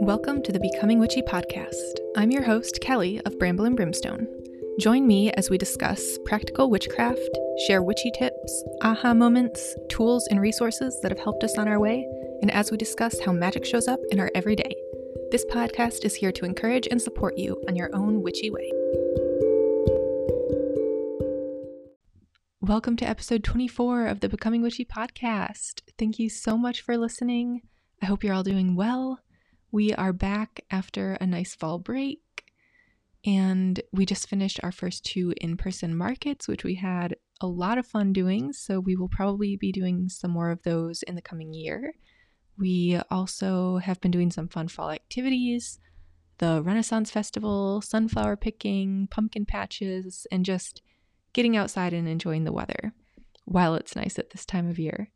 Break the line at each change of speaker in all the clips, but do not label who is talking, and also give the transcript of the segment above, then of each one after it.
Welcome to the Becoming Witchy podcast. I'm your host, Kelly of Bramble and Brimstone. Join me as we discuss practical witchcraft, share witchy tips, aha moments, tools, and resources that have helped us on our way, and as we discuss how magic shows up in our everyday. This podcast is here to encourage and support you on your own witchy way. Welcome to episode 24 of the Becoming Witchy podcast. Thank you so much for listening. I hope you're all doing well. We are back after a nice fall break, and we just finished our first two in person markets, which we had a lot of fun doing. So, we will probably be doing some more of those in the coming year. We also have been doing some fun fall activities the Renaissance Festival, sunflower picking, pumpkin patches, and just getting outside and enjoying the weather while it's nice at this time of year.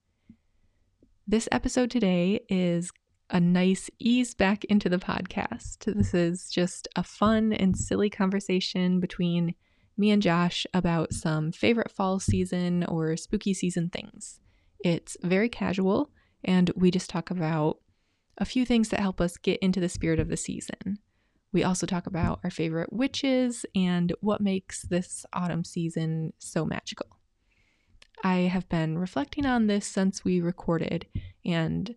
This episode today is a nice ease back into the podcast. This is just a fun and silly conversation between me and Josh about some favorite fall season or spooky season things. It's very casual, and we just talk about a few things that help us get into the spirit of the season. We also talk about our favorite witches and what makes this autumn season so magical. I have been reflecting on this since we recorded, and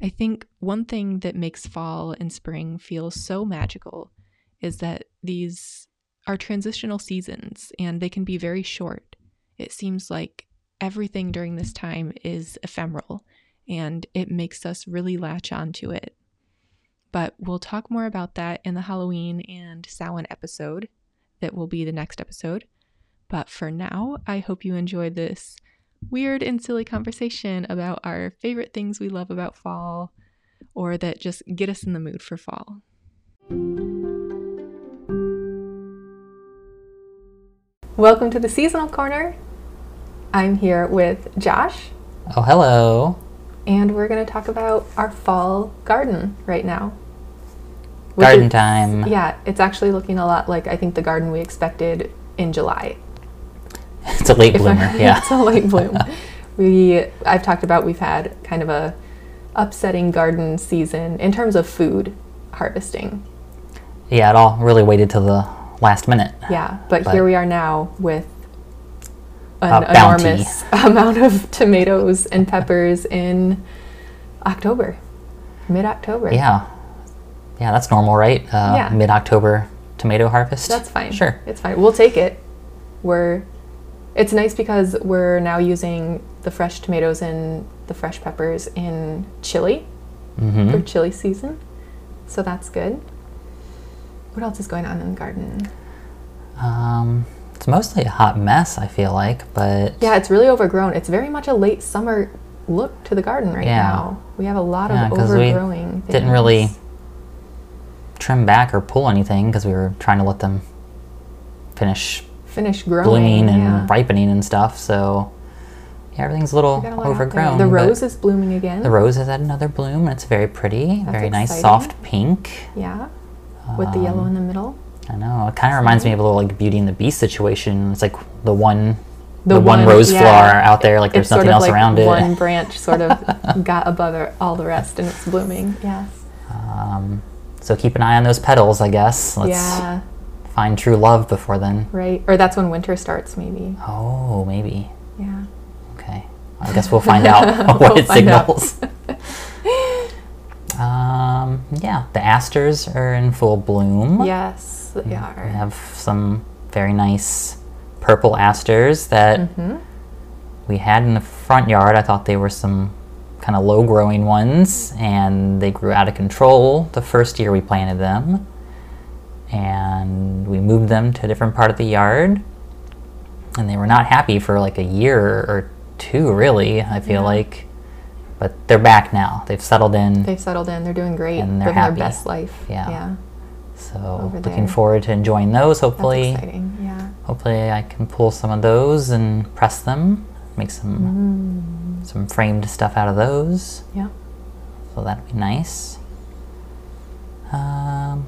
I think one thing that makes fall and spring feel so magical is that these are transitional seasons and they can be very short. It seems like everything during this time is ephemeral and it makes us really latch onto it. But we'll talk more about that in the Halloween and Samhain episode that will be the next episode. But for now, I hope you enjoyed this weird and silly conversation about our favorite things we love about fall or that just get us in the mood for fall. Welcome to the seasonal corner. I'm here with Josh,
Oh, hello.
and we're going to talk about our fall garden right now. Which
Garden
is-
time.
Yeah, it's actually looking a lot like I think the garden we expected in July.
It's a late
If I-
bloomer. Yeah.
it's a late bloom. we I've talked about we've had kind of a upsetting garden season in terms of food harvesting.
Yeah, it all really waited till the last minute.
Yeah, but,
But-
here we are now with an
A bounty.
enormous amount of tomatoes and peppers in October, mid October.
Yeah. Yeah, that's normal, right? Uh,
Yeah.
Mid October tomato harvest.
That's fine.
Sure.
It's fine. We'll take it. We're it's nice because we're now using the fresh tomatoes and the fresh peppers in chili
Mm-hmm. Hmm?
for chili season. So that's good. What else is going on in the garden?
Um, it's mostly a hot mess, I feel like, but
Yeah, it's really overgrown. It's very much a late summer look to the garden right
Yeah.
now. We have a lot
yeah,
of
because we
overgrowing.
didn't really
things.
trim back or pull anything because we were trying to let them finish
finish growing.
blooming and
yeah.
ripening and stuff. So, yeah, everything's a little
We got a lot out there.
overgrown.
The
but-
rose is blooming again.
The rose has had another bloom, and it's very pretty, very nice,
exciting.
soft pink.
yeah, with the yellow in the middle.
I know. It kind of reminds me of a little like Beauty and the Beast situation. It's like the one,
The
the, one,
one-
rose
yeah.
flower out there. Like there's
it's sort
nothing
of
else
like
around it.
one branch sort of got above it- all the rest and it's blooming. Yes.
Um, so keep an eye on those petals, I guess. Let's
Yeah.
find true love before then.
Right. Or that's when winter starts, maybe.
Oh, maybe.
Yeah.
Okay. I guess we'll find out what
We'll
it
find out.
signals. um, yeah, the asters are in full bloom.
Yes, they
We
are.
Mm-hmm. have some very nice purple asters that
Mm-hmm.
we had in the front yard. I thought they were some kind of low growing ones, and they grew out of control the first year we planted them. And we moved them to a different part of the yard, and they were not happy for like a year or two, really, I feel like. But they're back now. They've settled in.
They've settled in. They're doing great.
And they're
living
happy.
their best life.
Yeah.
Yeah.
so,
over
looking
there.
forward to enjoying those,
That's
hopefully.
exciting. Yeah.
Hopefully, I can pull some of those and press them, make some
Mm.
some framed stuff out of those.
Yeah.
So that'd be nice. Um,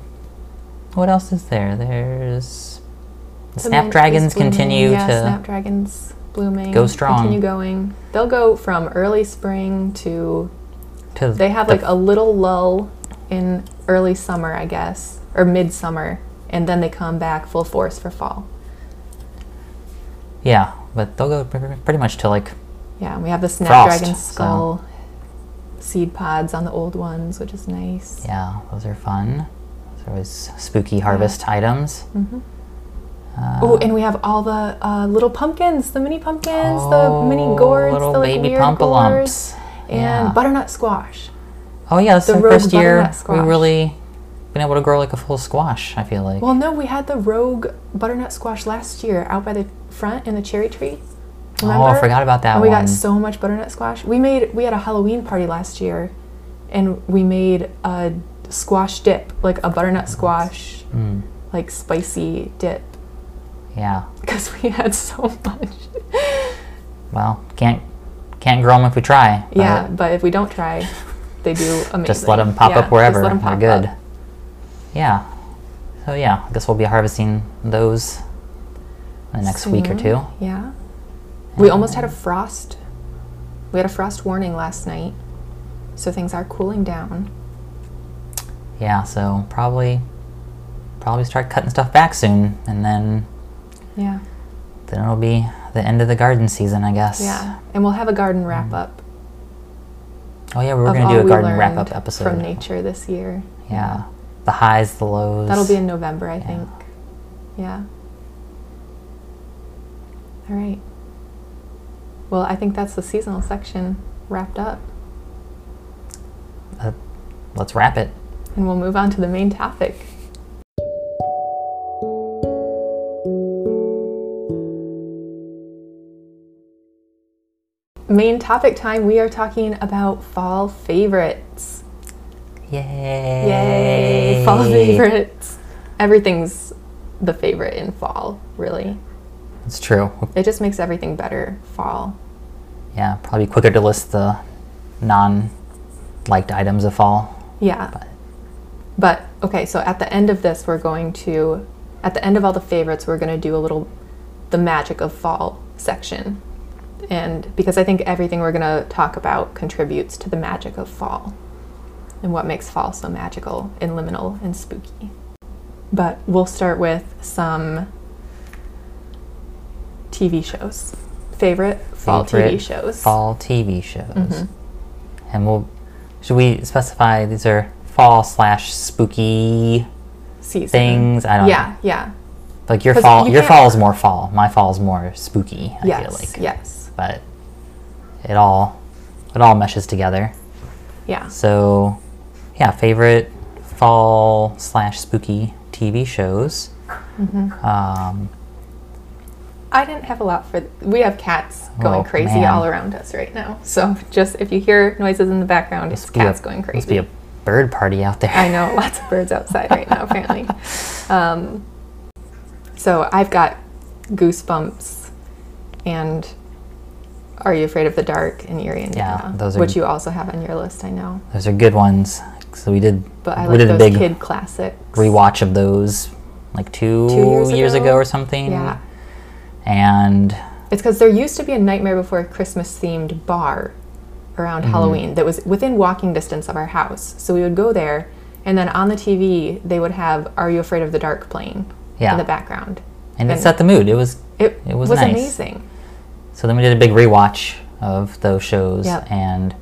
what else is there? There's the
The mint is
snapdragons
blooming.
continue
yeah,
to
snapdragons blooming.
go strong.
Continue going. They'll go from early spring to
to
they have
the-
like a little lull in early summer, I guess, or midsummer, and then they come back full force for fall.
Yeah, but they'll go pr- pretty much till like
Yeah, and we have the snapdragon
so-
skull seed pods on the old ones, which is nice.
yeah, those are fun. Those are always spooky harvest items.
Mm. oh, and we have all the uh, little pumpkins, the mini pumpkins, the mini
Oh,
gourds,
little
the like,
baby
weird
pump-a-lumps.
gourds, and
Yeah.
butternut squash.
Oh yeah, this
The
is the
rogue
first year
butternut
we
squash.
really been able to grow like a full squash. I feel like.
Well, no, we had the rogue butternut squash last year out by the front in the cherry tree. Remember?
Oh, I forgot about that
and we
one.
got so much butternut squash. We made we had a Halloween party last year, and we made a squash dip, like a butternut squash, like spicy dip,
Mm. yeah.
because we had so much.
Well, can't can't grow them if we try. but
yeah, but if we don't try, they do amazing.
Just let them pop
Yeah,
up wherever.
Just let 'em pop
They're good.
up.
Yeah. So yeah, I guess we'll be harvesting those in the next week or two.
Yeah. We almost had a frost. We had a frost warning last night, so things are cooling down.
Yeah. So probably probably start cutting stuff back soon, and then
Yeah.
then it'll be the end of the garden season, I guess.
Yeah. And we'll have a garden wrap up.
Oh yeah, we Mm. were
of
gonna
all
do a
we
garden wrap
learned
up episode.
from nature this year.
Yeah. The highs, the lows.
That'll be in November, I think. Yeah. All right. Well, I think that's the seasonal section wrapped up,
Uh, let's wrap it.
and we'll move on to the main topic. Main topic time, we are talking about fall favorites.
Yay!
Yay! Fall favorites. Everything's the favorite in fall, really.
It's true.
It just makes everything better fall.
Yeah, probably quicker to list the non liked items of fall.
Yeah. But. okay, so at the end of this, we're going to, at the end of all the favorites, we're going to do a little, the magic of fall section. And because I think everything we're going to talk about contributes to the magic of fall and what makes fall so magical and liminal and spooky. But we'll start with some TV shows. Favorite fall TV
Favorite
shows. Mm-hmm.
Fall TV shows. And we'll. Should we specify these are fall slash spooky
season.
things? I don't
Yeah, yeah.
know. Like your
'Cause
fall,
you
your
can't-
fall is more fall. My fall is more spooky. I
Yes,
feel like,
yes,
but it all it all meshes together.
yeah.
So, yeah, favorite fall slash spooky TV shows.
Mm-hmm.
Um,
I didn't have a lot for. we have cats going
Oh,
crazy
man.
all around us right now. So just if you hear noises in the background, it's
must be a-
cats going
Must be
crazy.
a bird party out there.
I know lots of birds outside right now. Apparently, um, so I've got goosebumps and. Are you afraid of the dark and eerie and
Yeah,
Dana,
those are-
which you also have on your list? I know,
Those are good ones. So we did.
but I
we
like
did a
those
big
kid classics.
rewatch of those, like two,
years
ago.
ago?
or something.
Yeah,
And
It's because there used to be a Nightmare Before Christmas themed bar around
Mm-hmm.
Halloween that was within walking distance of our house. So we would go there, and then on the TV, they would have Are You Afraid of the Dark playing
Yeah.
in the background.
and it set the mood. It was.
It,
it was
was,
nice.
amazing.
So then we did a big rewatch of those shows,
Yep.
and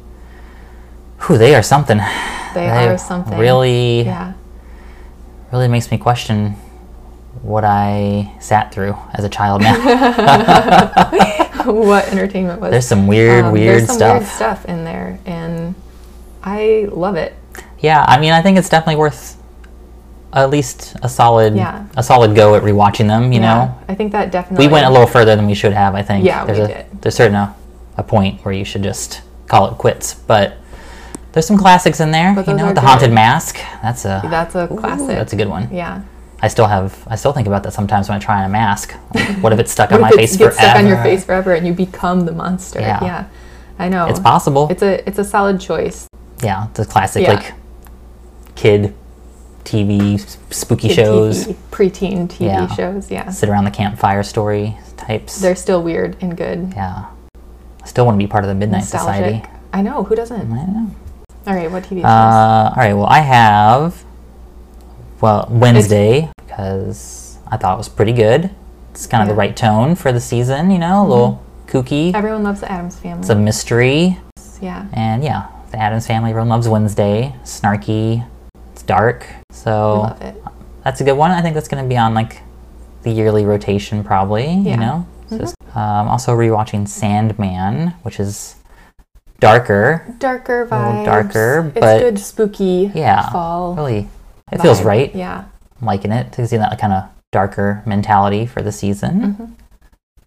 whew, they are something.
They, are something.
really
Yeah.
really makes me question what I sat through as a child now.
what entertainment was.
there's some weird,
Um,
weird
there's some
stuff.
weird stuff in there, and I love it.
Yeah, I mean, I think it's definitely worth at least a solid,
Yeah.
a solid go at rewatching them. You know,
I think that definitely.
we went a little further than we should have. I think.
Yeah,
there's
we
a,
did.
There's certain a, a point where you should just call it quits, but. There's some classics in there,
But
you
those
know,
are
the haunted
good.
mask. That's a
That's a classic.
that's a good one.
Yeah.
I still have, I still think about that sometimes when I try on a mask. Like, what if it's stuck on my
If it
face
gets
forever?
stuck on your face forever and you become the monster.
Yeah.
Yeah, I know.
It's possible.
It's a it's a solid choice.
yeah, the classic
Yeah.
like kid TV s- spooky
Kid
shows,
TV, preteen TV
Yeah.
shows. Yeah,
sit around the campfire story types.
they're still weird and good.
yeah, I still want to be part of the Midnight
Nostalgic.
Society.
I know who doesn't.
I don't know.
All right, what TV shows?
Uh, all right, well I have well Wednesday because I thought it was pretty good. It's kind of the
Yeah. Mm-hmm.
right tone for the season, you know, a little kooky.
Everyone loves the Adams
it's a
family.
mystery,
yeah.
and yeah, the Adams Family. Everyone loves Wednesday. Snarky. It's dark,
I
so
love it.
that's a good one. I think that's going to be on like the yearly rotation, probably.
Yeah. Mm-hmm.
You know. So it's- um, also rewatching Sandman, which is darker.
Darker
little
vibes.
darker,
It's
but-
good spooky
Yeah.
fall.
Really, it feels
vibe.
right.
Yeah.
I'm liking it to see that kind of darker mentality for the season.
Mm-hmm.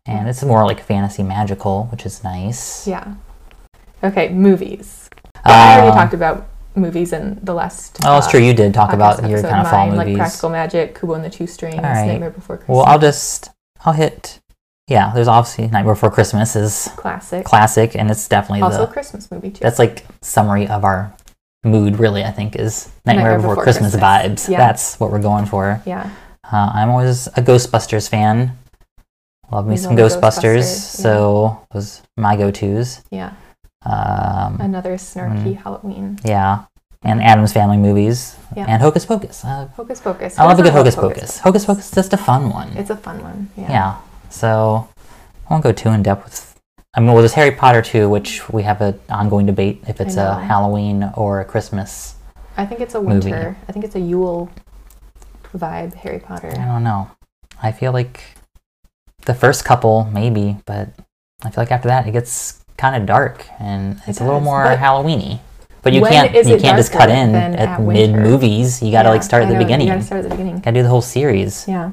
And it's more like fantasy magical, which is nice.
Yeah. Okay, movies. But I already
Uh,
talked about movies in the last.
Oh, it's
uh,
true. You did talk
podcast
about your
episode.
kind of fall
Mine,
movies.
Like Practical Magic, Kubo and the Two Strings,
All right.
Nightmare Before Christmas.
well, I'll just I'll hit. Yeah, there's obviously Night Before Christmas is
classic.
classic, and it's definitely
also, a
the
Christmas movie too.
that's like summary of our mood. Really, I think is Nightmare, Before, Christmas, vibes.
Yeah.
That's what we're going for.
yeah.
Uh, I'm always a Ghostbusters fan. Love me
We
some
love
Ghostbusters.
Ghostbusters,
So those are my go-to's.
Yeah.
Um,
Another snarky Halloween.
yeah, and Adam's Family movies
Yeah.
and Hocus Pocus. Uh,
Hocus Pocus.
I love a
Who
good
doesn't
Hocus Pocus. Hocus Pocus is just a fun one.
It's a fun one. Yeah.
Yeah. So I won't go too in depth with. I mean, well, there's Harry Potter too, which we have an ongoing debate if it's a
know.
Halloween or a Christmas.
I think it's a
Movie.
winter. I think it's a Yule vibe. Harry Potter.
I don't know. I feel like the first couple maybe, but I feel like after that it gets kind of dark and it's a little
does,
more
but
Halloweeny. But you
when
can't
is
you
it
can't just cut
darker
in
than
at
at winter?
mid movies. You got to
Yeah,
like start at
I
the
know,
beginning.
You gotta
Got
start at the beginning.
to do the whole series.
Yeah.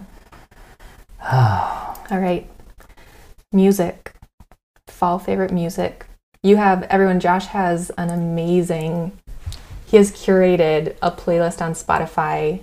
All right. Music. Fall favorite music. You have everyone, Josh has an amazing, he has curated a playlist on Spotify.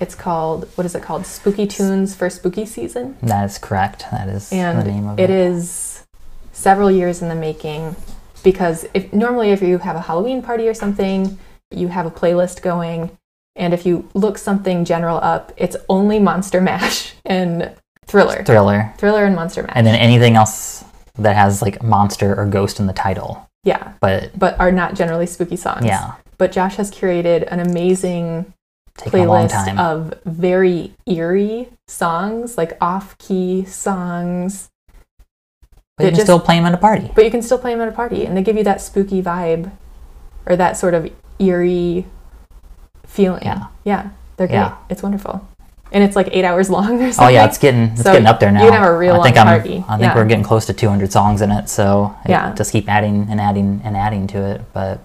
It's called, what is it called? Spooky Tunes for Spooky Season.
that is correct. That is the name
And
of
it is several years in the making because if normally if you have a Halloween party or something, you have a playlist going. And if you look something general up, it's only Monster Mash and Thriller.
Thriller.
Thriller and Monster Mash.
and then anything else that has like monster or ghost in the title.
yeah,
But
but are not generally spooky songs.
yeah,
But Josh has curated an amazing
taking a long
playlist
time.
of very eerie songs, like off-key songs,
but you
it
can
just-
still play them at a party.
but you can still play them at a party, and they give you that spooky vibe, or that sort of eerie feeling.
Yeah.
yeah, they're great.
Yeah.
It's wonderful, and it's like eight hours long or
Oh
something.
yeah, it's getting it's
So
getting up there
you
now.
can have a real
I think
long
I'm,
party.
I think
Yeah.
we're getting close to 200 songs in it, so I
Yeah.
just keep adding and adding and adding to it. But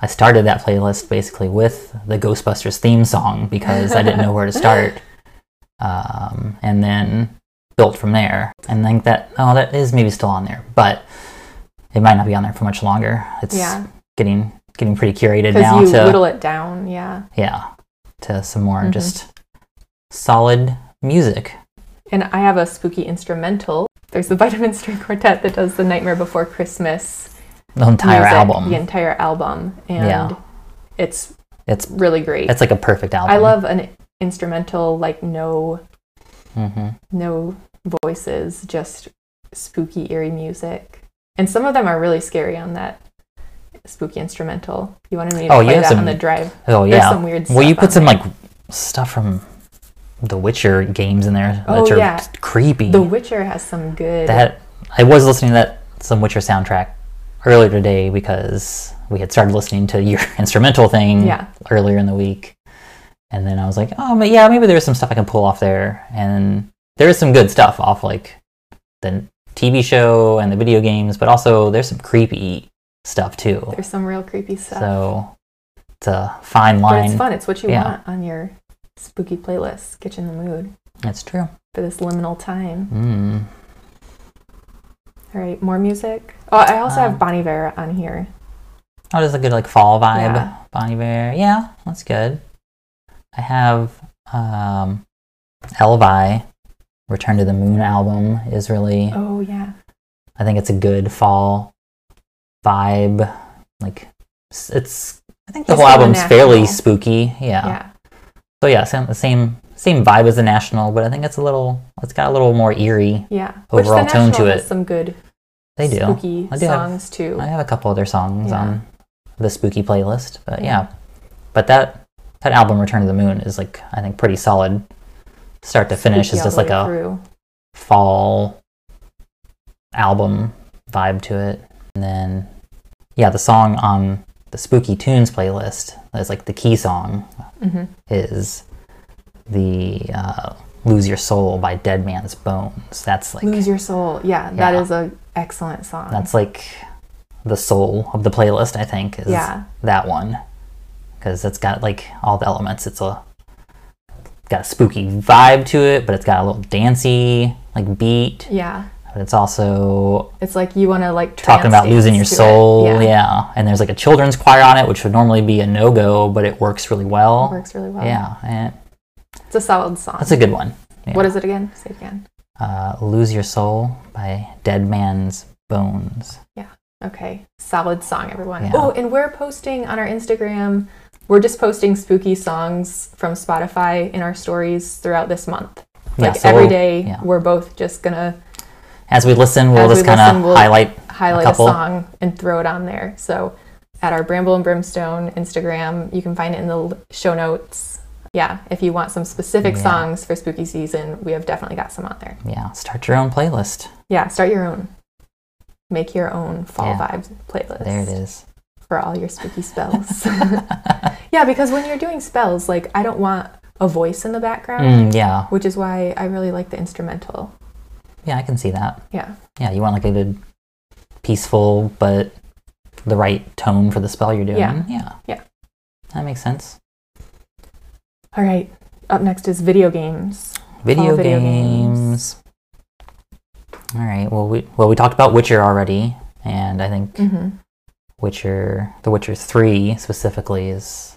I started that playlist basically with the Ghostbusters theme song because I didn't know where to start, um, and then built from there. And think that oh, that is maybe still on there, but it might not be on there for much longer. It's
yeah,
getting getting pretty curated now
because you
to
whittle it down. Yeah,
yeah to some more
Mhm.
just solid music
And I have a spooky instrumental. There's the Vitamin String Quartet that does the Nightmare Before Christmas
the entire
music,
album
the entire album, and
Yeah.
it's
it's
really great.
it's like a perfect album
I love an instrumental like no
hmm
no voices, just spooky eerie music. And some of them are really scary on that spooky instrumental. You wanted me to
Oh, you
play
have
that
some
on the drive.
oh
There's
yeah
some weird stuff.
well you put
on
some
there.
like stuff from the witcher games in there
Oh,
that are
yeah.
creepy
The Witcher has some good
that i was listening to that some witcher soundtrack earlier today because we had started listening to your instrumental thing
Yeah.
earlier in the week and then i was like oh but yeah maybe there's some stuff i can pull off there and there is some good stuff off like the tv show and the video games but also there's some creepy stuff too
there's some real creepy stuff.
so it's a fine
But
line
it's fun. It's what you
Yeah.
want on your spooky playlist. Get you in the mood
that's true
for this liminal time.
mm.
All right, more music. Oh, I also
Um,
have Bonnie Vera on here.
Oh, there's a good like fall vibe.
Yeah.
Bonnie Bear. Yeah, that's good. I have um Elvi. Return to the Moon album is really
Oh yeah,
I think it's a good fall vibe. Like s- it's I think the
It's
whole
kinda
album's fairly
national.
spooky.
yeah.
Yeah. So yeah, same same same vibe as the National, but I think it's a little it's got a little more eerie.
yeah.
Overall
Which the
tone
National
to
has
it.
Some good
They do.
spooky
I do have-
songs too.
I have a couple other songs
Yeah.
on the spooky playlist, but
Yeah.
yeah. But that that album Return to the Moon is like I think pretty solid start to finish. It's
Yeah,
just
all
like
the way
a
through.
fall album vibe to it. And then, yeah, the song on the Spooky Tunes playlist that's like the key song
Mm-hmm.
is the uh, "Lose Your Soul" by Dead Man's Bones. That's like
lose your soul. Yeah, that
Yeah.
is a excellent song.
that's like the soul of the playlist. I think is
Yeah.
that one because it's got like all the elements. It's a got a spooky vibe to it, but it's got a little dancey like beat.
yeah,
But it's also
it's like you want to like
talking about
trance
losing your
dance to it.
soul. Yeah. And there's like a children's choir on it, which would normally be a no go, but it works really well.
It works really well.
Yeah. And
it's a solid song.
that's a good one. Yeah.
What is it again? Say it again.
uh, Lose Your Soul by Dead Man's Bones.
Okay, solid song, everyone.
Yeah.
Oh, and we're posting on our Instagram. We're just posting spooky songs from Spotify in our stories throughout this month. Like
so
every
we'll-
day,
yeah.
we're both just gonna
As we listen, we'll
As we
just kind
listen,
of
we'll-
highlight.
highlight a,
couple.
song and throw it on there. So at our Bramble and Brimstone Instagram, you can find it in the l- show notes. Yeah, if you want some specific
Yeah.
songs for spooky season, we have definitely got some on there.
Yeah. Start your own playlist.
Yeah, start your own. Make your own fall
Yeah.
vibes playlist.
There it is.
for all your spooky spells. yeah, because when you're doing spells, like I don't want a voice in the background,
Mm, yeah.
which is why I really like the instrumental.
Yeah. I can see that.
Yeah.
Yeah. You want like a good, peaceful, but the right tone for the spell you're doing.
Yeah.
Yeah.
Yeah.
That makes sense.
All right. Up next is video games.
Video,
All video
games. All right. Well, we well we talked about Witcher already, and I think
Mm-hmm.
Witcher, The Witcher Three specifically, is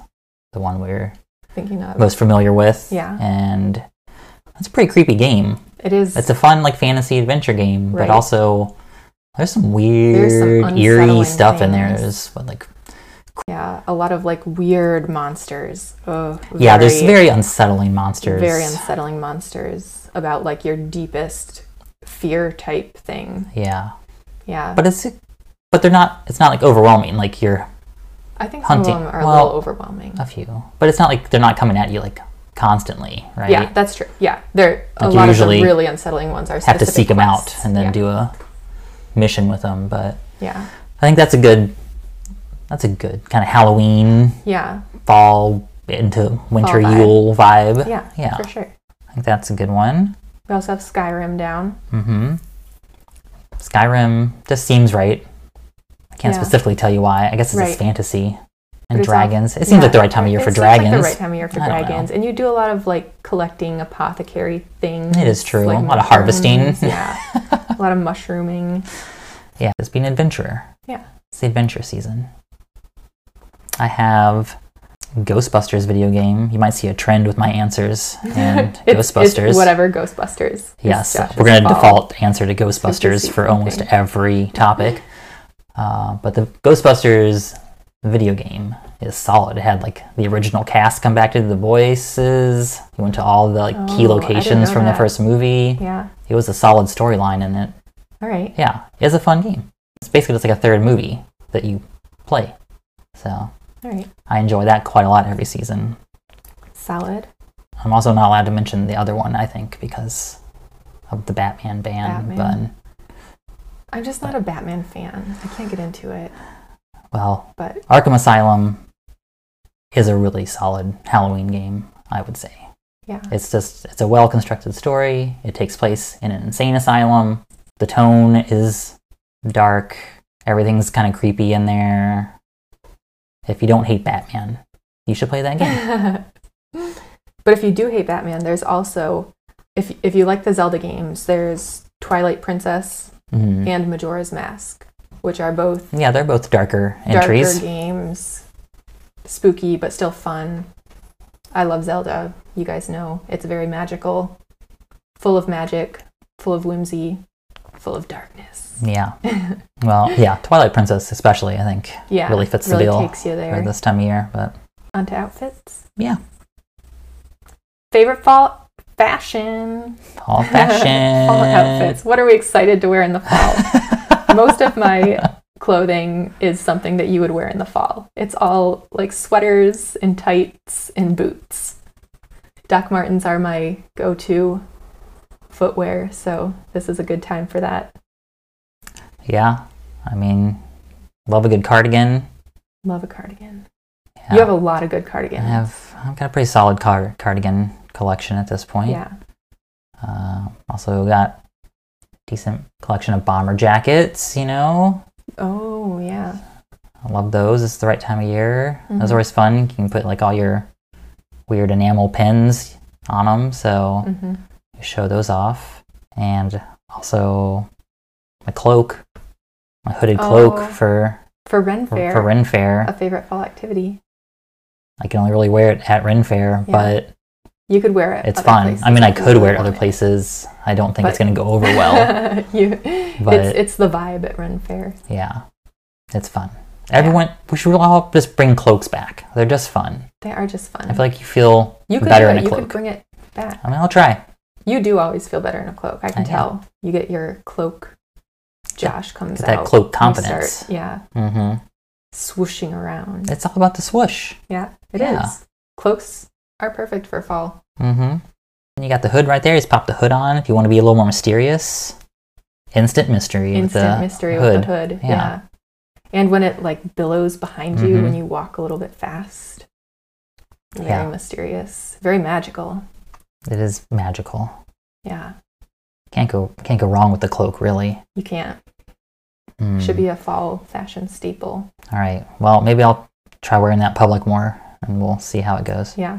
the one we're
Thinking of
most familiar with.
Yeah.
And it's a pretty creepy game.
it is.
It's a fun like fantasy adventure game,
Right.
but also there's some weird,
There's some unsettling
eerie stuff in there.
things.
There's what, like
yeah, a lot of like weird monsters. Oh,
yeah, there's very unsettling monsters.
very unsettling monsters about like your deepest fear type thing.
yeah,
Yeah,
but it's but they're not. It's not like overwhelming. Like you're
I think some
hunting-
of them are a
well,
little overwhelming.
A few, but it's not like they're not coming at you like constantly, right?
Yeah, that's true. Yeah, there a
Like, you
lot of the
usually
really unsettling ones are
have to
specific
seek them out
quests.
and then
yeah.
do a mission with them. But
Yeah,
I think that's a good, that's a good kind of Halloween
yeah,
fall into winter
vibe.
Yule vibe.
yeah,
yeah,
for sure.
I think that's a good one.
We also have Skyrim down.
Mm-hmm. Skyrim just seems right. I can't
Yeah.
specifically tell you why. I guess it's
Right.
just fantasy
But
and
it's all-
dragons. It seems
Yeah.
like the right time of year
It
for
seems
dragons.
Like the right time of year for
I don't know.
dragons, and you do a lot of like collecting apothecary things.
It is true.
like
A lot of harvesting.
mushrooms, yeah, a lot of mushrooming.
Yeah, just be an adventurer.
Yeah.
It's the adventure season. I have Ghostbusters video game. You might see a trend with my answers and
It's- it's
Ghostbusters.
whatever Ghostbusters. is
Yes,
Josh's
we're going to
fall.
default answer to Ghostbusters
season
for almost
thing.
every topic. uh, but the Ghostbusters video game is solid. It had like the original cast come back to the voices. You went to all the like
Oh, I
key
didn't
locations
know
from
that.
the first movie.
Yeah.
It was a solid storyline in it.
All right.
Yeah, it's a fun game. It's basically just like a third movie that you play. So
All right.
I enjoy that quite a lot every season.
Solid.
I'm also not allowed to mention the other one, I think, because of the Batman ban.
Batman. I'm just not a Batman fan. I can't get into it.
But well,
But
Arkham Asylum is a really solid Halloween game, I would say.
yeah,
It's just it's a well constructed story. It takes place in an insane asylum. The tone is dark. Everything's kind of creepy in there. If you don't hate Batman, you should play that game.
but if you do hate Batman, there's also if if you like the Zelda games, there's Twilight Princess
Mhm.
and Majora's Mask, which are both
Yeah, they're both darker
darker
entries.
games, spooky but still fun. I love Zelda. You guys know it's very magical, full of magic, full of whimsy, full of darkness.
Yeah. Well, yeah, Twilight Princess especially, I think,
Yeah,
Really fits the
really
bill
takes you
for
there
this time of year. But
onto outfits.
yeah,
Favorite fall fashion.
fall fashion.
fall outfits. What are we excited to wear in the fall? Most of my clothing is something that you would wear in the fall. It's all like sweaters and tights and boots. Doc Martens are my go to footwear, so this is a good time for that.
Yeah. I mean, love a good cardigan.
Love a cardigan.
Yeah.
You have a lot of good
I
cardigans.
have I've got a pretty solid car- cardigan collection at this point.
Yeah.
Uh, also got decent collection of bomber jackets, you know.
Oh, yeah.
I love those. It's the right time of year. Those
Mhm.
are always fun. You can put like all your weird enamel pins on them, so
hmm
you show those off. And also my cloak, my hooded cloak
Oh.
for
For Ren
for,
Fair,
for Ren Fair.
a favorite fall activity.
I can only really wear it at Ren Fair,
Yeah.
but
You could wear it.
it's
other
fun.
places
I mean, I
if you
could
really
wear it other
wanted.
places. I don't think it's
But-
going to go over well.
you,
But-
it's, it's the vibe at Ren Fair.
yeah, it's fun. Everyone, we should all just bring cloaks back. They're just fun.
They are just fun.
I feel like you feel
you could
better
do
in
it.
a
You could
cloak.
bring it back.
I mean, I'll try.
You do always feel better in a cloak. I can
I know.
tell. You get your cloak. Josh comes
Uh, Get that
out.
cloak
and you
confidence.
start, yeah,
hmm
swooshing around.
It's all about the swoosh.
Yeah, it is.
Yeah.
Cloaks are perfect for fall.
Mm-hmm. And you got the hood right there. You just pop the hood on if you want to be a little more mysterious. Instant mystery. with
Instant
the
mystery
hood.
with the hood.
Yeah.
Yeah. And when it like billows behind you
Mhm.
when you walk a little bit fast. Very
Yeah.
mysterious. Very magical.
It is magical.
Yeah.
Can't go can't go wrong with the cloak, really.
You can't.
Mm.
Should be a fall fashion staple.
All right. Well, maybe I'll try wearing that public more, and we'll see how it goes.
Yeah.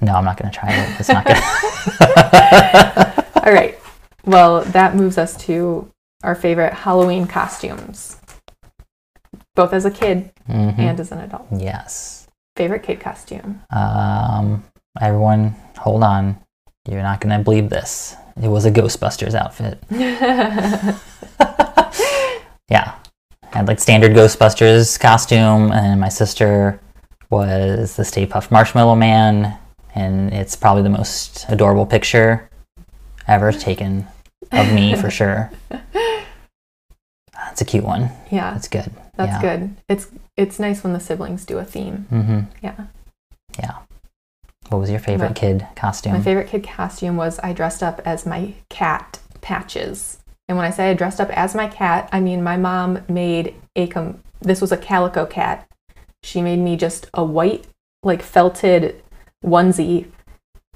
No, I'm not going to try it. It's not good.
All right. Well, that moves us to our favorite Halloween costumes, both as a kid
hmm
and as an adult.
Yes.
Favorite kid costume?
Um, everyone, hold on. You're not going to believe this. It was a Ghostbusters outfit. yeah. I had like standard Ghostbusters costume, and my sister was the Stay Puft Marshmallow Man, and it's probably the most adorable picture ever taken of me for sure. That's a cute one.
yeah,
That's good.
that's
yeah.
good. It's it's nice when the siblings do a theme.
Mm-hmm.
Yeah.
Yeah. What was your favorite
My-
kid costume?
My favorite kid costume was I dressed up as my cat Patches. And when I say I dressed up as my cat, I mean my mom made a com- this was a calico cat. She made me just a white like felted onesie.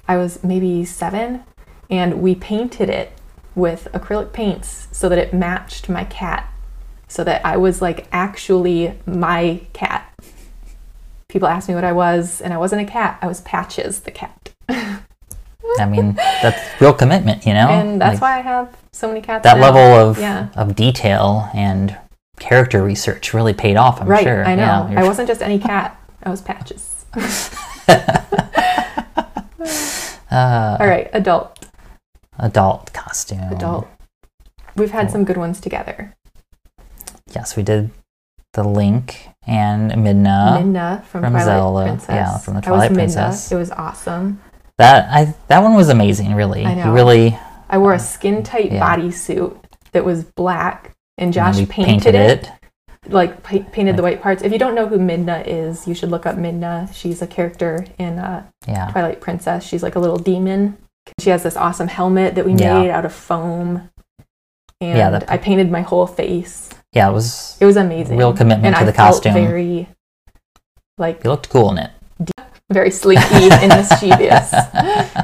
I was maybe 7 and we painted it with acrylic paints so that it matched my cat. So that I was like actually my cat. People asked me what I was, and I wasn't a cat. I was Patches the cat.
I mean, that's real commitment, you know.
and that's
Like,
why I have so many cats.
that
now.
level of
yeah,
of detail and character research really paid off. I'm
right.
sure.
I know.
Yeah, you're-
I wasn't just any cat. I was patches.
uh,
All right, adult,
adult costume.
adult. We've had some good ones together.
Yes, we did the Link and Midna.
Minna from,
from
Twilight
Zelda.
Princess.
Yeah, from the
I
Twilight
was
Princess.
Minna. It was awesome.
that I that one was amazing. Really,
I know.
you really
I wore a skin tight
Yeah.
bodysuit that was black, and Josh
we
painted,
painted
it. Like pa- painted the white parts. If you don't know who Midna is, you should look up Midna. She's a character in uh,
Yeah,
Twilight Princess. She's like a little demon. She has this awesome helmet that we
Yeah.
made out of foam. And
Yeah, that-
I painted my whole face.
yeah. It was.
It was amazing.
Real commitment
and
to
I
the
felt
costume.
Very, like,
You looked cool in it.
very sleeky and mischievous.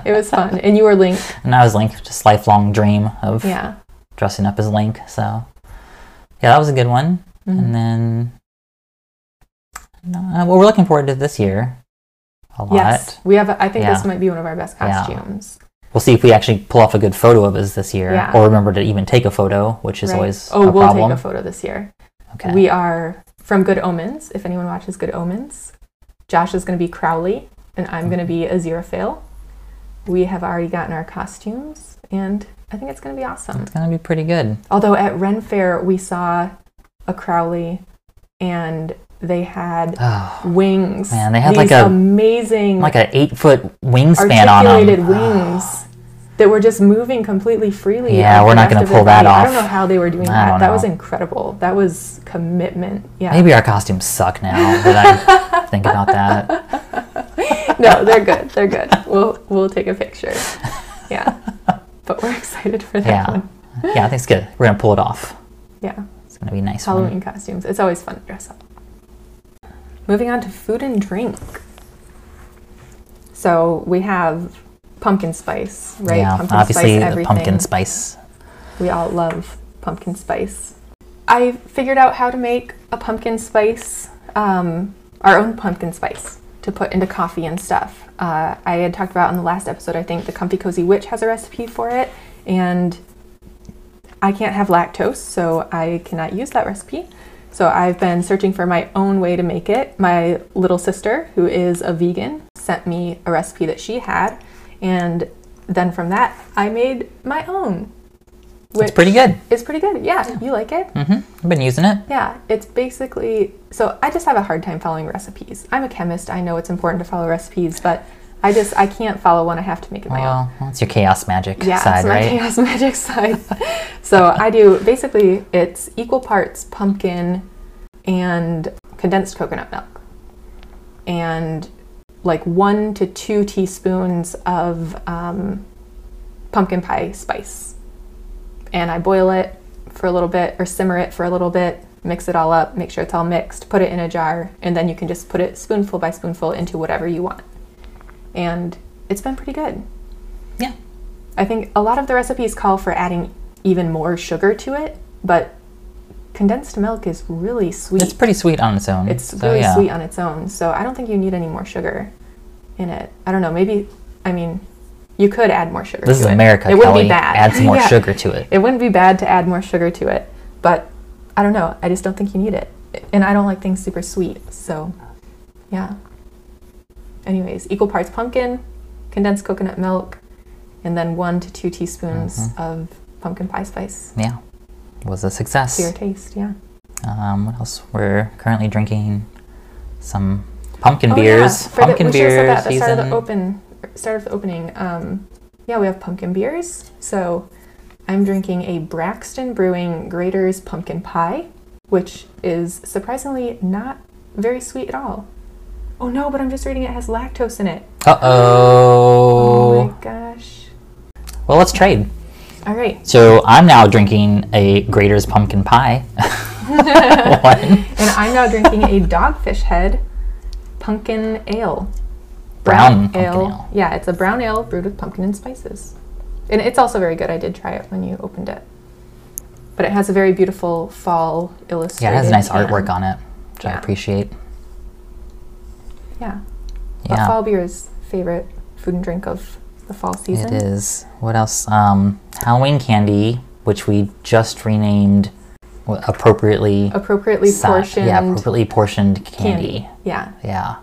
It was fun. And you were Link.
And that was Link, just lifelong dream of
Yeah.
dressing up as Link. So, yeah, that was a good one.
Mhm.
And then, no, uh, well, we're looking forward to this year a lot.
Yes. We have, I think this
Yeah.
might be one of our best
Yeah.
costumes.
We'll see if we actually pull off a good photo of us this year,
Yeah.
or remember to even take a photo, which is
right?
always
Oh,
a
we'll
problem.
take a photo this year.
okay.
We are from Good Omens, if anyone watches Good Omens. Josh is going to be Crowley, and I'm going to be Aziraphale. We have already gotten our costumes, and I think it's going to be awesome.
it's gonna be pretty good.
Although at Ren Fair, we saw a Crowley, and they had
Oh,
wings.
Man, they had
These
like a-
amazing
like an eight foot wingspan on
articulated
them.
wings. that were just moving completely freely.
Yeah,
at the
we're not
rest
gonna
of it.
pull that
Like, I
off.
don't know how they were doing
I
that.
don't
That was
know.
incredible. That was commitment. Yeah.
Maybe our costumes suck now that I think about that.
no, they're good. They're good. We'll we'll take a picture. Yeah. But we're excited for that
Yeah.
one.
Yeah, I think it's good. We're going to pull it off.
Yeah.
It's going to be a nice. one.
Halloween costumes. It's always fun to dress up. Moving on to food and drink. So we have pumpkin spice, right?
Yeah,
pumpkin
obviously the
everything.
pumpkin spice.
We all love pumpkin spice. I figured out how to make a pumpkin spice, um, our own pumpkin spice to put into coffee and stuff. Uh, I had talked about in the last episode, I think the Comfy Cozy Witch has a recipe for it, and I can't have lactose, so I cannot use that recipe. So I've been searching for my own way to make it. My little sister, who is a vegan, sent me a recipe that she had, and then from that, I made my own.
It's pretty good.
It's pretty good. Yeah, you like it?
hmm I've been using it.
Yeah, it's basically so I just have a hard time following recipes. I'm a chemist. I know it's important to follow recipes, but I just I can't follow one. I have to make it my own.
Well, that's your chaos magic
Yeah,
side,
it's my
right?
chaos magic side. so I do basically it's equal parts pumpkin and condensed coconut milk, and like one to two teaspoons of um, pumpkin pie spice, and I boil it for a little bit or simmer it for a little bit. Mix it all up, make sure it's all mixed, put it in a jar, and then you can just put it spoonful by spoonful into whatever you want. And it's been pretty good.
Yeah.
I think a lot of the recipes call for adding even more sugar to it, but condensed milk is really sweet.
It's pretty sweet on its own.
It's
so,
really
yeah.
sweet on its own, so I don't think you need any more sugar in it. I don't know, maybe, I mean, you could add more sugar
This
to
is
it.
America,
It wouldn't
Kelly.
be bad.
Add some more
Yeah.
sugar to it.
It wouldn't be bad to add more sugar to it, but I don't know, I just don't think you need it. And I don't like things super sweet, so yeah. Anyways, equal parts pumpkin, condensed coconut milk, and then one to two teaspoons of pumpkin pie spice
Yeah. Was a success.
to your taste. Yeah.
Um, what else? We're currently drinking some pumpkin
Oh,
beers.
yeah, for the-
Pumpkin
we should have said
beer
that at the start of
season.
the open, start of the opening. Um, yeah, we have pumpkin beers. So I'm drinking a Braxton Brewing Grater's Pumpkin Pie, which is surprisingly not very sweet at all. Oh no, but I'm just reading it has lactose in it.
Uh
Oh
oh.
my gosh.
Well, let's trade.
All right.
So I'm now drinking a Grater's pumpkin pie. One.
And I'm now drinking a Dogfish Head Pumpkin Ale.
Brown pumpkin
ale.
ale.
Yeah, it's a brown ale brewed with pumpkin and spices. And it's also very good. I did try it when you opened it. But it has a very beautiful fall illustration.
Yeah, it has nice artwork on it, which I
Yeah.
appreciate.
Yeah. But
Yeah.
fall beer is favorite food and drink of the fall season.
It is. What else? Um, Halloween candy, which we just renamed wh- appropriately.
Appropriately
si-
portioned
Yeah, appropriately portioned candy.
candy. Yeah.
Yeah.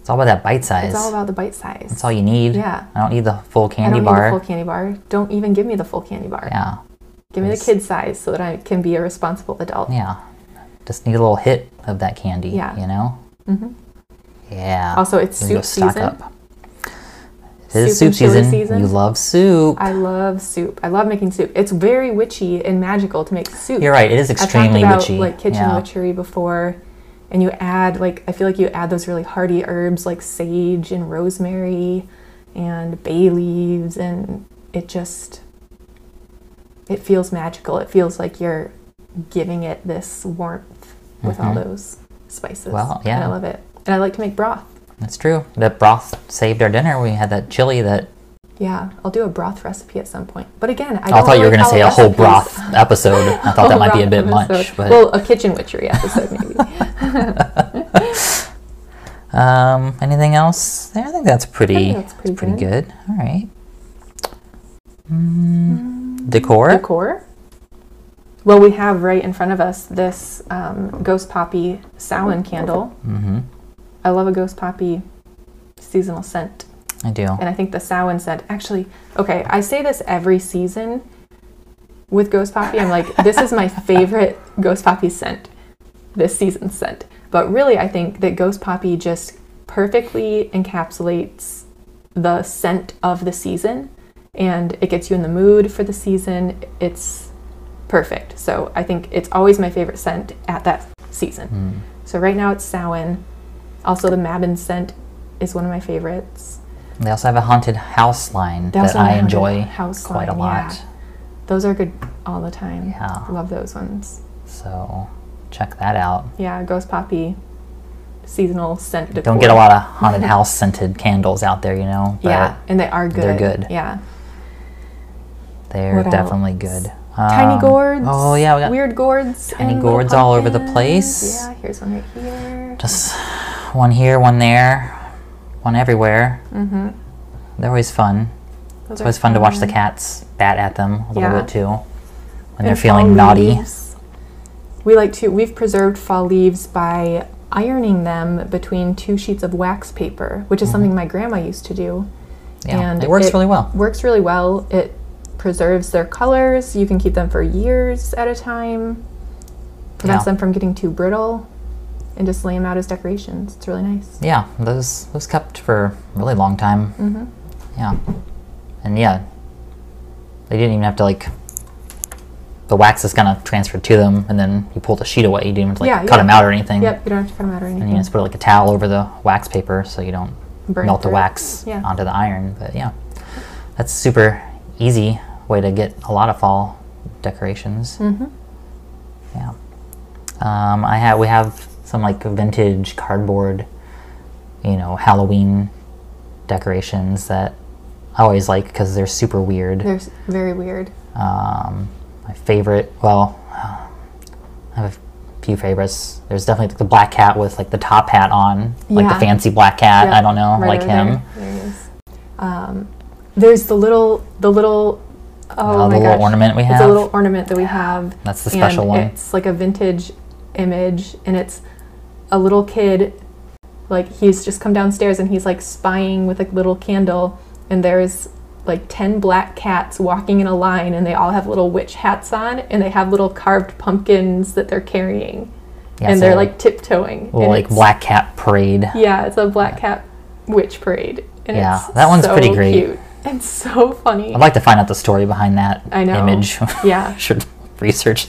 It's all about that bite size.
It's all about the bite size.
That's all you need.
Yeah.
I don't need the full
I
candy
don't
bar.
need the full candy bar. Don't even give me the full candy bar.
yeah.
Give me the
Yes.
kid size so that I can be a responsible adult.
Yeah. Just need a little hit of that candy.
Yeah.
You know? Mm-hmm. Yeah.
Also, it's
Then you go
soup
stock
season.
up. It is
Soup
soup,
and chili
season.
season.
You love soup.
I love soup. I love making soup. It's very witchy and magical to make soup.
You're right. It is extremely
I've talked about,
witchy.
Like kitchen
yeah.
witchery before, and you add like I feel like you add those really hearty herbs like sage and rosemary, and bay leaves, and it just it feels magical. It feels like you're giving it this warmth with all those spices.
Mm-hmm. Well,
and
yeah.
I love it, and I like to make broth.
That's true. That broth saved our dinner. We had that chili that
Yeah, I'll do a broth recipe at some point. But again, I,
I,
don't
thought you were
really
going to
follow
say a whole
recipes.
broth episode. I thought that might be a
Rock
bit much,
episode.
but
well, a kitchen witchery episode maybe.
um, anything else? there? I think that's pretty.
think that's pretty
good. All right. Mm, decor.
Decor. Well, we have right in front of us this um, ghost poppy Samhain candle.
hmm
I love a ghost poppy seasonal scent,
I do.
and I think the Samhain scent actually. Okay, I say this every season with ghost poppy. I'm like, this is my favorite ghost poppy scent. This season's scent, but really, I think that ghost poppy just perfectly encapsulates the scent of the season and it gets you in the mood for the season. It's perfect. So I think it's always my favorite scent at that season.
Hmm. Mm.
So right now it's Samhain. Also, the Mabin scent is one of my favorites.
They also have a haunted house line
They
that
also have
I
a
enjoy
house
quite a
line,
lot.
yeah. Those are good all the time.
Yeah.
Love those ones.
So check that out.
Yeah, Ghost Poppy seasonal scent decor.
Don't get a lot of haunted house scented candles out there, you know. But
Yeah, and they are good.
they're good.
Yeah.
They're
What
definitely good.
Tiny
Um,
gourds.
Oh yeah, we got
weird gourds.
tiny
and little
gourds all over the
pumpkins.
place.
Yeah, here's one right here.
just one here, one there, one everywhere. Mm-hmm. They're always fun.
Those
It's
are
always fun to watch the cats bat at them a
Yeah.
little bit too when they're
And fall
feeling naughty.
leaves. We like to we've preserved fall leaves by ironing them between two sheets of wax paper, which is something my grandma used to do.
Mm-hmm. Yeah, it works really well.
Works really well. It preserves their colors. You can keep them for years at a time. Prevents
Yeah.
them from getting too brittle, and just lay them out as decorations. It's really nice.
Yeah, those those kept for a really long time. Mm-hmm. Yeah, and yeah, they didn't even have to like. The wax is kind of transferred to them, and then you pull the sheet away. You didn't have to like
Yeah,
cut
yeah.
them out or anything.
Yep, you don't have to cut them out or anything.
And you just put like a towel over the wax paper so you don't
Mm-hmm. Burn
melt the
through it.
wax
Yeah.
onto the iron. But yeah, that's super easy way to get a lot of fall decorations. Mm-hmm. Yeah, um, I have we have some like vintage cardboard, you know, Halloween decorations that I always like because they're super weird.
They're s- very weird.
Um, my favorite, well, um, I have a few favorites. There's definitely like the black cat with like the top hat on, like
Yeah.
the fancy black cat.
Yep,
I don't know,
right
like
over
him.
There. There he is. Um, there's the little, the little. Oh,
Oh,
my
the little
gosh.
ornament we
It's a
have.
little ornament that we have.
That's the
and
special one.
It's like a vintage image, and it's a little kid. Like he's just come downstairs and he's like spying with a little candle, and there's like ten black cats walking in a line, and they all have little witch hats on, and they have little carved pumpkins that they're carrying,
Yeah,
and
it's a
they're
little-
like tiptoeing.
little
and
like
it's-
black cat parade.
yeah, it's a black cat witch parade. And
Yeah,
it's
that one's
so
pretty great.
Cute and so funny.
I'd like to find out the story behind that
I know.
image.
Yeah.
Should research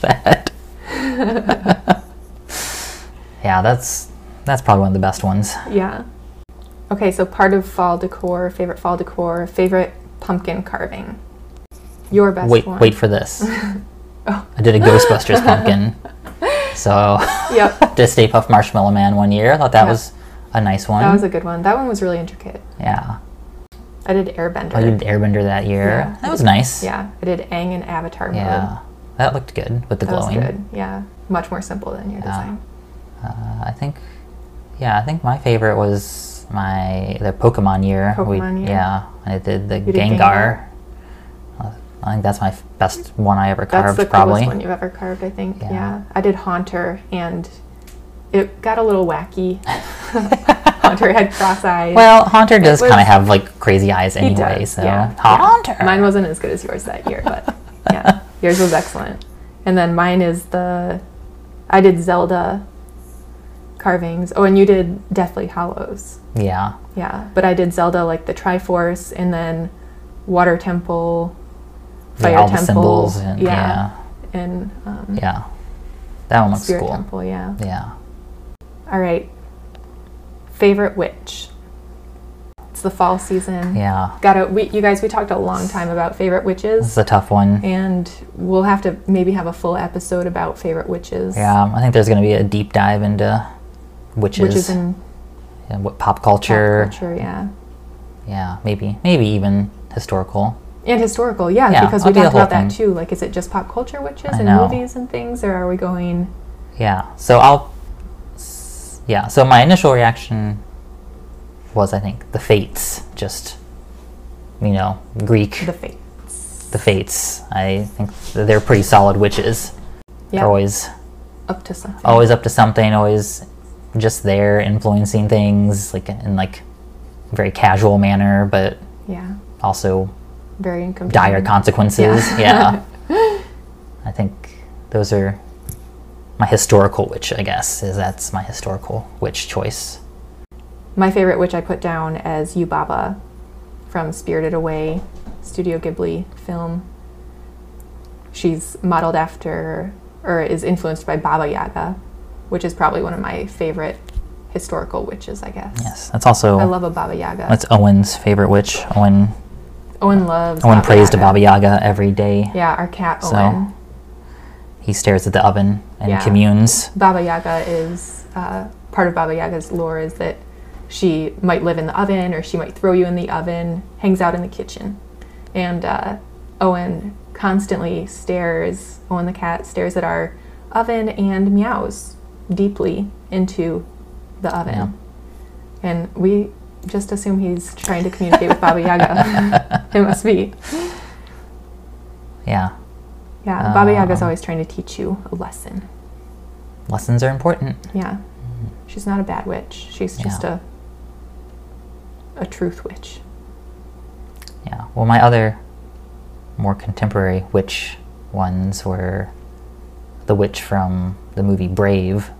that. yeah, that's that's probably one of the best ones.
yeah. Okay, so part of fall decor, favorite fall decor, favorite pumpkin carving. Your best
wait,
one. Oh,
wait for this. I did a Ghostbusters pumpkin. So
Yep.
did Stay Puft Marshmallow Man one year. I thought that
Yeah.
was a nice one.
That was a good one. That one was really intricate.
yeah.
I did Airbender.
I Oh, did Airbender that year.
Yeah.
That was nice.
yeah, I did Aang and Avatar mode.
Yeah. That looked good with the
That was
glowing.
good. Yeah, much more simple than your design.
Uh, I think, yeah, I think my favorite was my the Pokemon year.
Pokemon year.
Yeah, I did the
did
Gengar. Uh, I think that's my f- best one I ever
That's
carved,
the
probably.
coolest one you've ever carved, I think.
Yeah.
Yeah. I did Haunter, and it got a little wacky. Haunter had cross eyes.
Well, Haunter does
was-
kind of have like crazy eyes
He
anyway,
does,
so
yeah, yeah.
Haunter.
Mine wasn't as good as yours that year, but yeah, yours was excellent. And then mine is the, I did Zelda carvings. Oh, and you did Deathly Hollows.
Yeah,
Yeah, but I did Zelda like the Triforce, and then Water Temple, Fire
all the
Temple,
symbols and yeah,
and um,
yeah. That one looks
Spirit
cool.
Temple. Yeah.
Yeah.
All right. Favorite witch. It's the fall season.
Yeah.
Got to we you guys we talked a long time about favorite
This
witches
is a tough one.
and we'll have to maybe have a full episode about favorite witches.
Yeah, I think there's going to be a deep dive into witches,
Witches in
and what pop
pop
culture.
culture, yeah.
Yeah, maybe, maybe even historical.
And historical, yeah,
Yeah,
because we
I'll do the
talked
whole
about that
thing.
too. Like is it just pop culture witches
I
and
know.
movies and things or are we going
Yeah. So I'll. s- Yeah. So my initial reaction was, I think, the fates. Just, you know, Greek,
the
the,
fate?
fates. I think th- they're pretty solid witches.
Yeah.
They're always,
Up to something.
always up to something. Always, just there influencing things, like in like, very casual manner, but
Yeah.
also
Very income.
dire consequences. Yeah. I think those are my historical witch, I guess, is that's my historical witch choice.
My favorite, which I put down as Yubaba from Spirited Away, Studio Ghibli film. She's modeled after or is influenced by Baba Yaga, which is probably one of my favorite historical witches, I guess.
Yes, that's also
I love a Baba Yaga.
that's Owen's favorite witch. Owen
Owen loves
Owen prays to
Yaga.
Baba Yaga every day.
Yeah, our cat
So-
Owen.
He stares at the oven and
Yeah.
communes.
Baba Yaga is uh, part of Baba Yaga's lore is that she might live in the oven or she might throw you in the oven, hangs out in the kitchen. And uh, Owen constantly stares, Owen the cat stares at our oven and meows deeply into the oven.
Yeah.
And we just assume he's trying to communicate with Baba Yaga. it must be.
Yeah,
Yeah, Baba Yaga's
Ah.
always trying to teach you a lesson.
lessons are important.
Yeah. She's not a bad witch. She's just
Yeah.
a a truth witch.
Yeah. Well, my other more contemporary witch ones were the witch from the movie Brave,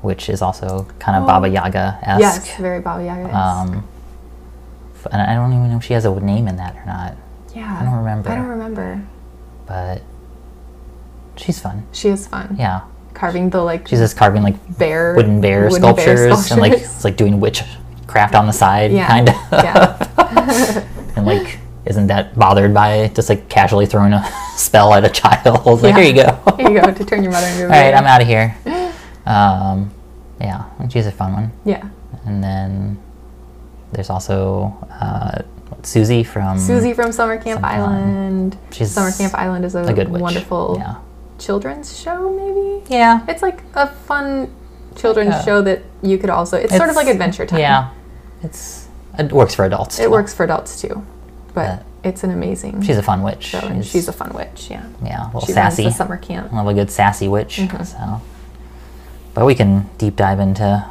which is also kind of
Oh.
Baba Yaga esque.
Yes, very Baba Yaga.
Um, f- and I don't even know if she has a name in that or not,
yeah.
I don't remember.
I don't remember.
but she's fun.
She is fun.
Yeah.
Carving the like
She's just carving like
bear
wooden bear
wooden
sculptures, and like
sculptures.
it's like doing witch craft on the side,
Yeah,
kind of.
yeah.
and like, isn't that bothered by just like casually throwing a spell at a child? like,
Yeah.
here you go. All
Here you go to turn your mother into a
right,
bear.
I'm out of here. Um, yeah, she's a fun one.
Yeah.
And then there's also uh, Susie from
Susie from Summer Camp
Um, sometime.
Island.
She's
Summer Camp Island is a,
a good witch.
wonderful
Yeah.
children's show maybe.
Yeah.
It's like a fun children's
Yeah.
show that you could also it's, sort of like adventure time.
Yeah. It's it works for adults.
It
too.
works for adults too, but
But-
it's an amazing
She's a fun witch.
show, and she's a fun witch. Yeah,
yeah, a little
she runs
sassy.
the summer camp.
love a good sassy witch.
Mhm.
So, but we can deep dive into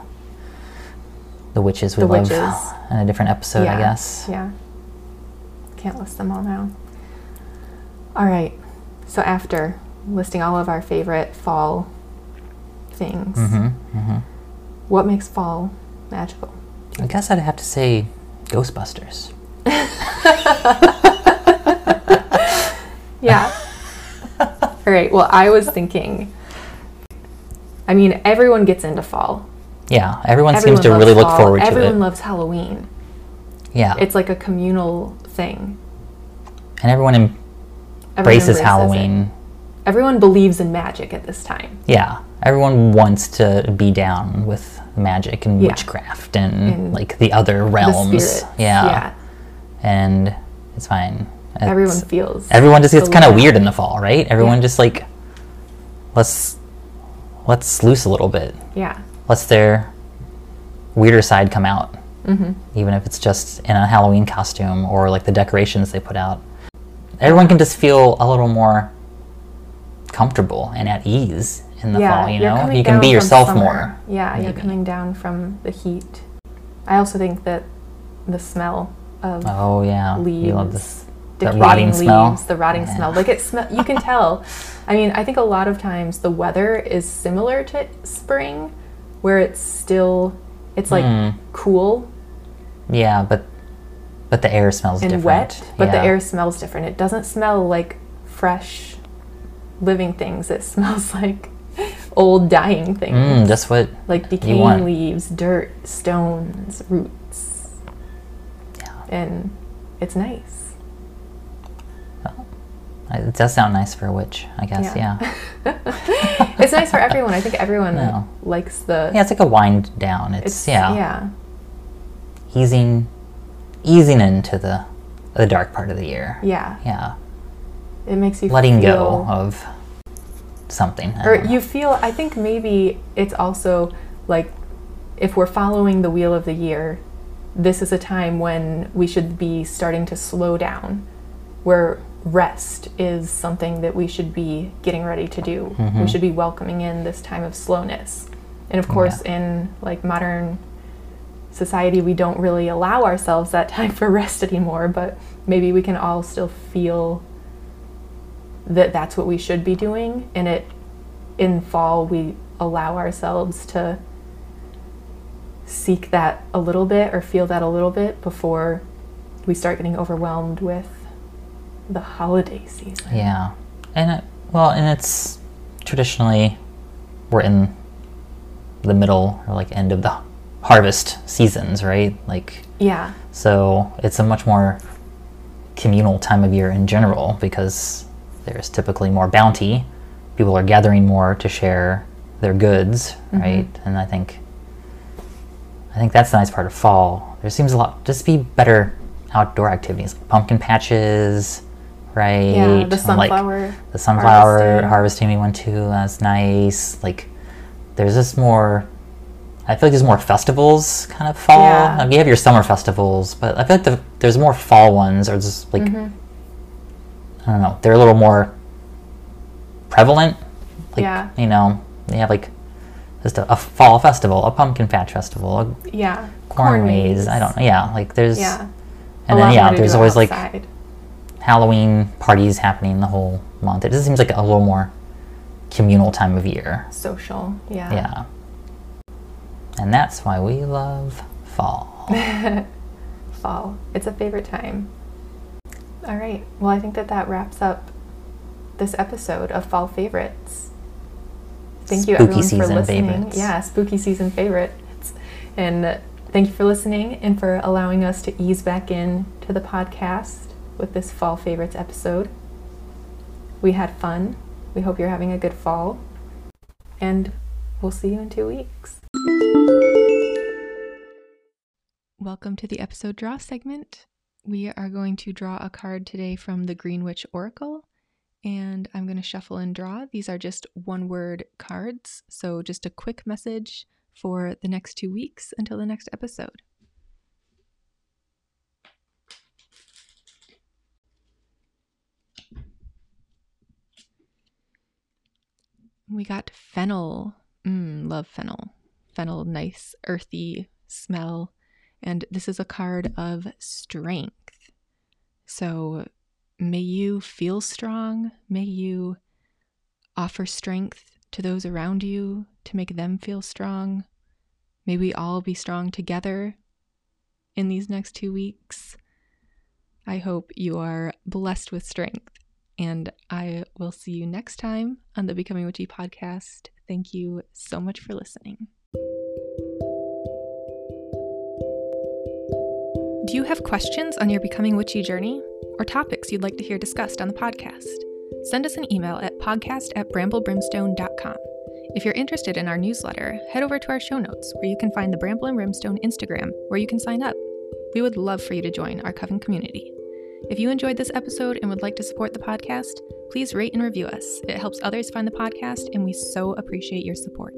the witches we
The
love
witches.
in a different episode,
yeah,
I guess.
Yeah, can't list them all now. All right, so after listing all of our favorite fall things,
Mm-hmm, mm-hmm.
what makes fall magical?
I guess I'd have to say Ghostbusters.
Yeah. all right. Well, I was thinking. I mean, everyone gets into fall.
Yeah,
Everyone
everyone, seems to
loves
really look
fall.
forward
Everyone
to it.
loves Halloween.
yeah,
It's like a communal thing.
and everyone embraces
Everyone it.
Halloween.
Everyone believes in magic at this time.
Yeah, everyone wants to be down with magic and
Yeah.
witchcraft and,
And
like the other
The
realms.
spirits.
Yeah.
Yeah.
and it's fine. It's-
Everyone feels.
everyone just gets
the
kind of
love.
weird in the fall, right? Everyone
Yeah.
just like let's let's loose a little bit.
Yeah.
Let's their weirder side come out,
Mm-hmm.
even if it's just in a Halloween costume or like the decorations they put out. Everyone can just feel a little more comfortable and at ease in the
yeah.
fall. You
you're
know,
coming
you can
down
be
from
yourself
summer.
more.
Yeah. You're
maybe.
coming down from the heat. I also think that the smell of
Oh yeah,
leaves,
you love this. that
decaying
rotting
leaves,
smell.
the rotting
Yeah.
smell. Like it smell. You can tell. I mean, I think a lot of times the weather is similar to spring, where it's still, it's like
Mm.
cool
Yeah, but but the air smells
and
different.
wet, but the
Yeah.
air smells different. It doesn't smell like fresh living things. It smells like old dying things,
Mm, that's what.
like decaying
want-
leaves, dirt, stones, roots.
Yeah.
And it's nice.
It does sound nice for a witch, I guess.
Yeah.
Yeah.
It's nice for everyone. I think everyone
No.
likes the
Yeah, it's like a wind down. It's,
it's
yeah,
yeah.
easing easing into the the dark part of the year.
Yeah.
Yeah.
It makes you
Letting
feel,
go of something. I
or
don't know.
you feel i think maybe it's also like if we're following the wheel of the year this is a time when we should be starting to slow down where rest is something that we should be getting ready to do we should be welcoming in this time of slowness and of course in like modern society we don't really allow ourselves that time for rest anymore but maybe we can all still feel that that's what we should be doing and it in fall we allow ourselves to seek that a little bit or feel that a little bit before we start getting overwhelmed with
the holiday season.
Yeah, and it, well, and it's traditionally we're in the middle or like end of the harvest seasons, right? Like
Yeah.
so, it's a much more communal time of year in general because there's typically more bounty. People are gathering more to share their goods,
Mm-hmm.
right? And I think I think that's the nice part of fall. There seems a lot just be better outdoor activities, like pumpkin patches, right?
Yeah, the
And, like,
sunflower
the sunflower harvesting.
harvesting.
we went to that's nice. Like there's just more I feel like there's more festivals kind of fall.
Yeah.
Like, you have your summer festivals, but I feel like the, there's more fall ones or just like
Mm-hmm.
I don't know, they're a little more prevalent. Like
Yeah.
you know, they have like just a, a fall festival, a pumpkin patch festival, a
Yeah.
corn maze. I don't know. Yeah, like there's
Yeah.
and
A
then
lot more
yeah,
to
there's
do
always like
outside.
Halloween parties happening the whole month. It just seems like a little more communal time of year.
social. Yeah.
Yeah. And that's why we love fall.
Fall. It's a favorite time. All right. Well, I think that that wraps up this episode of fall favorites. Thank you
Spooky
everyone for
season
listening.
favorites.
Yeah, spooky season favorites. And thank you for listening and for allowing us to ease back in to the podcast with this fall favorites episode. We had fun. We hope you're having a good fall. And we'll see you in 2 weeks.
Welcome to the episode draw segment. We are going to draw a card today from the Greenwich Oracle, and I'm going to shuffle and draw. These are just one word cards, so just a quick message for the next two weeks until the next episode. We got fennel. Mm, love fennel. Fennel, nice, earthy smell. And this is a card of strength. So may you feel strong. May you offer strength to those around you to make them feel strong. May we all be strong together in these next two weeks. I hope you are blessed with strength. And I will see you next time on the Becoming Witchy podcast. Thank you so much for listening. Do you have questions on your Becoming Witchy journey or topics you'd like to hear discussed on the podcast? Send us an email at podcast at bramblebrimstone.com. If you're interested in our newsletter, head over to our show notes where you can find the Bramble and Brimstone Instagram where you can sign up. We would love for you to join our Coven community. If you enjoyed this episode and would like to support the podcast, please rate and review us. It helps others find the podcast, and we so appreciate your support.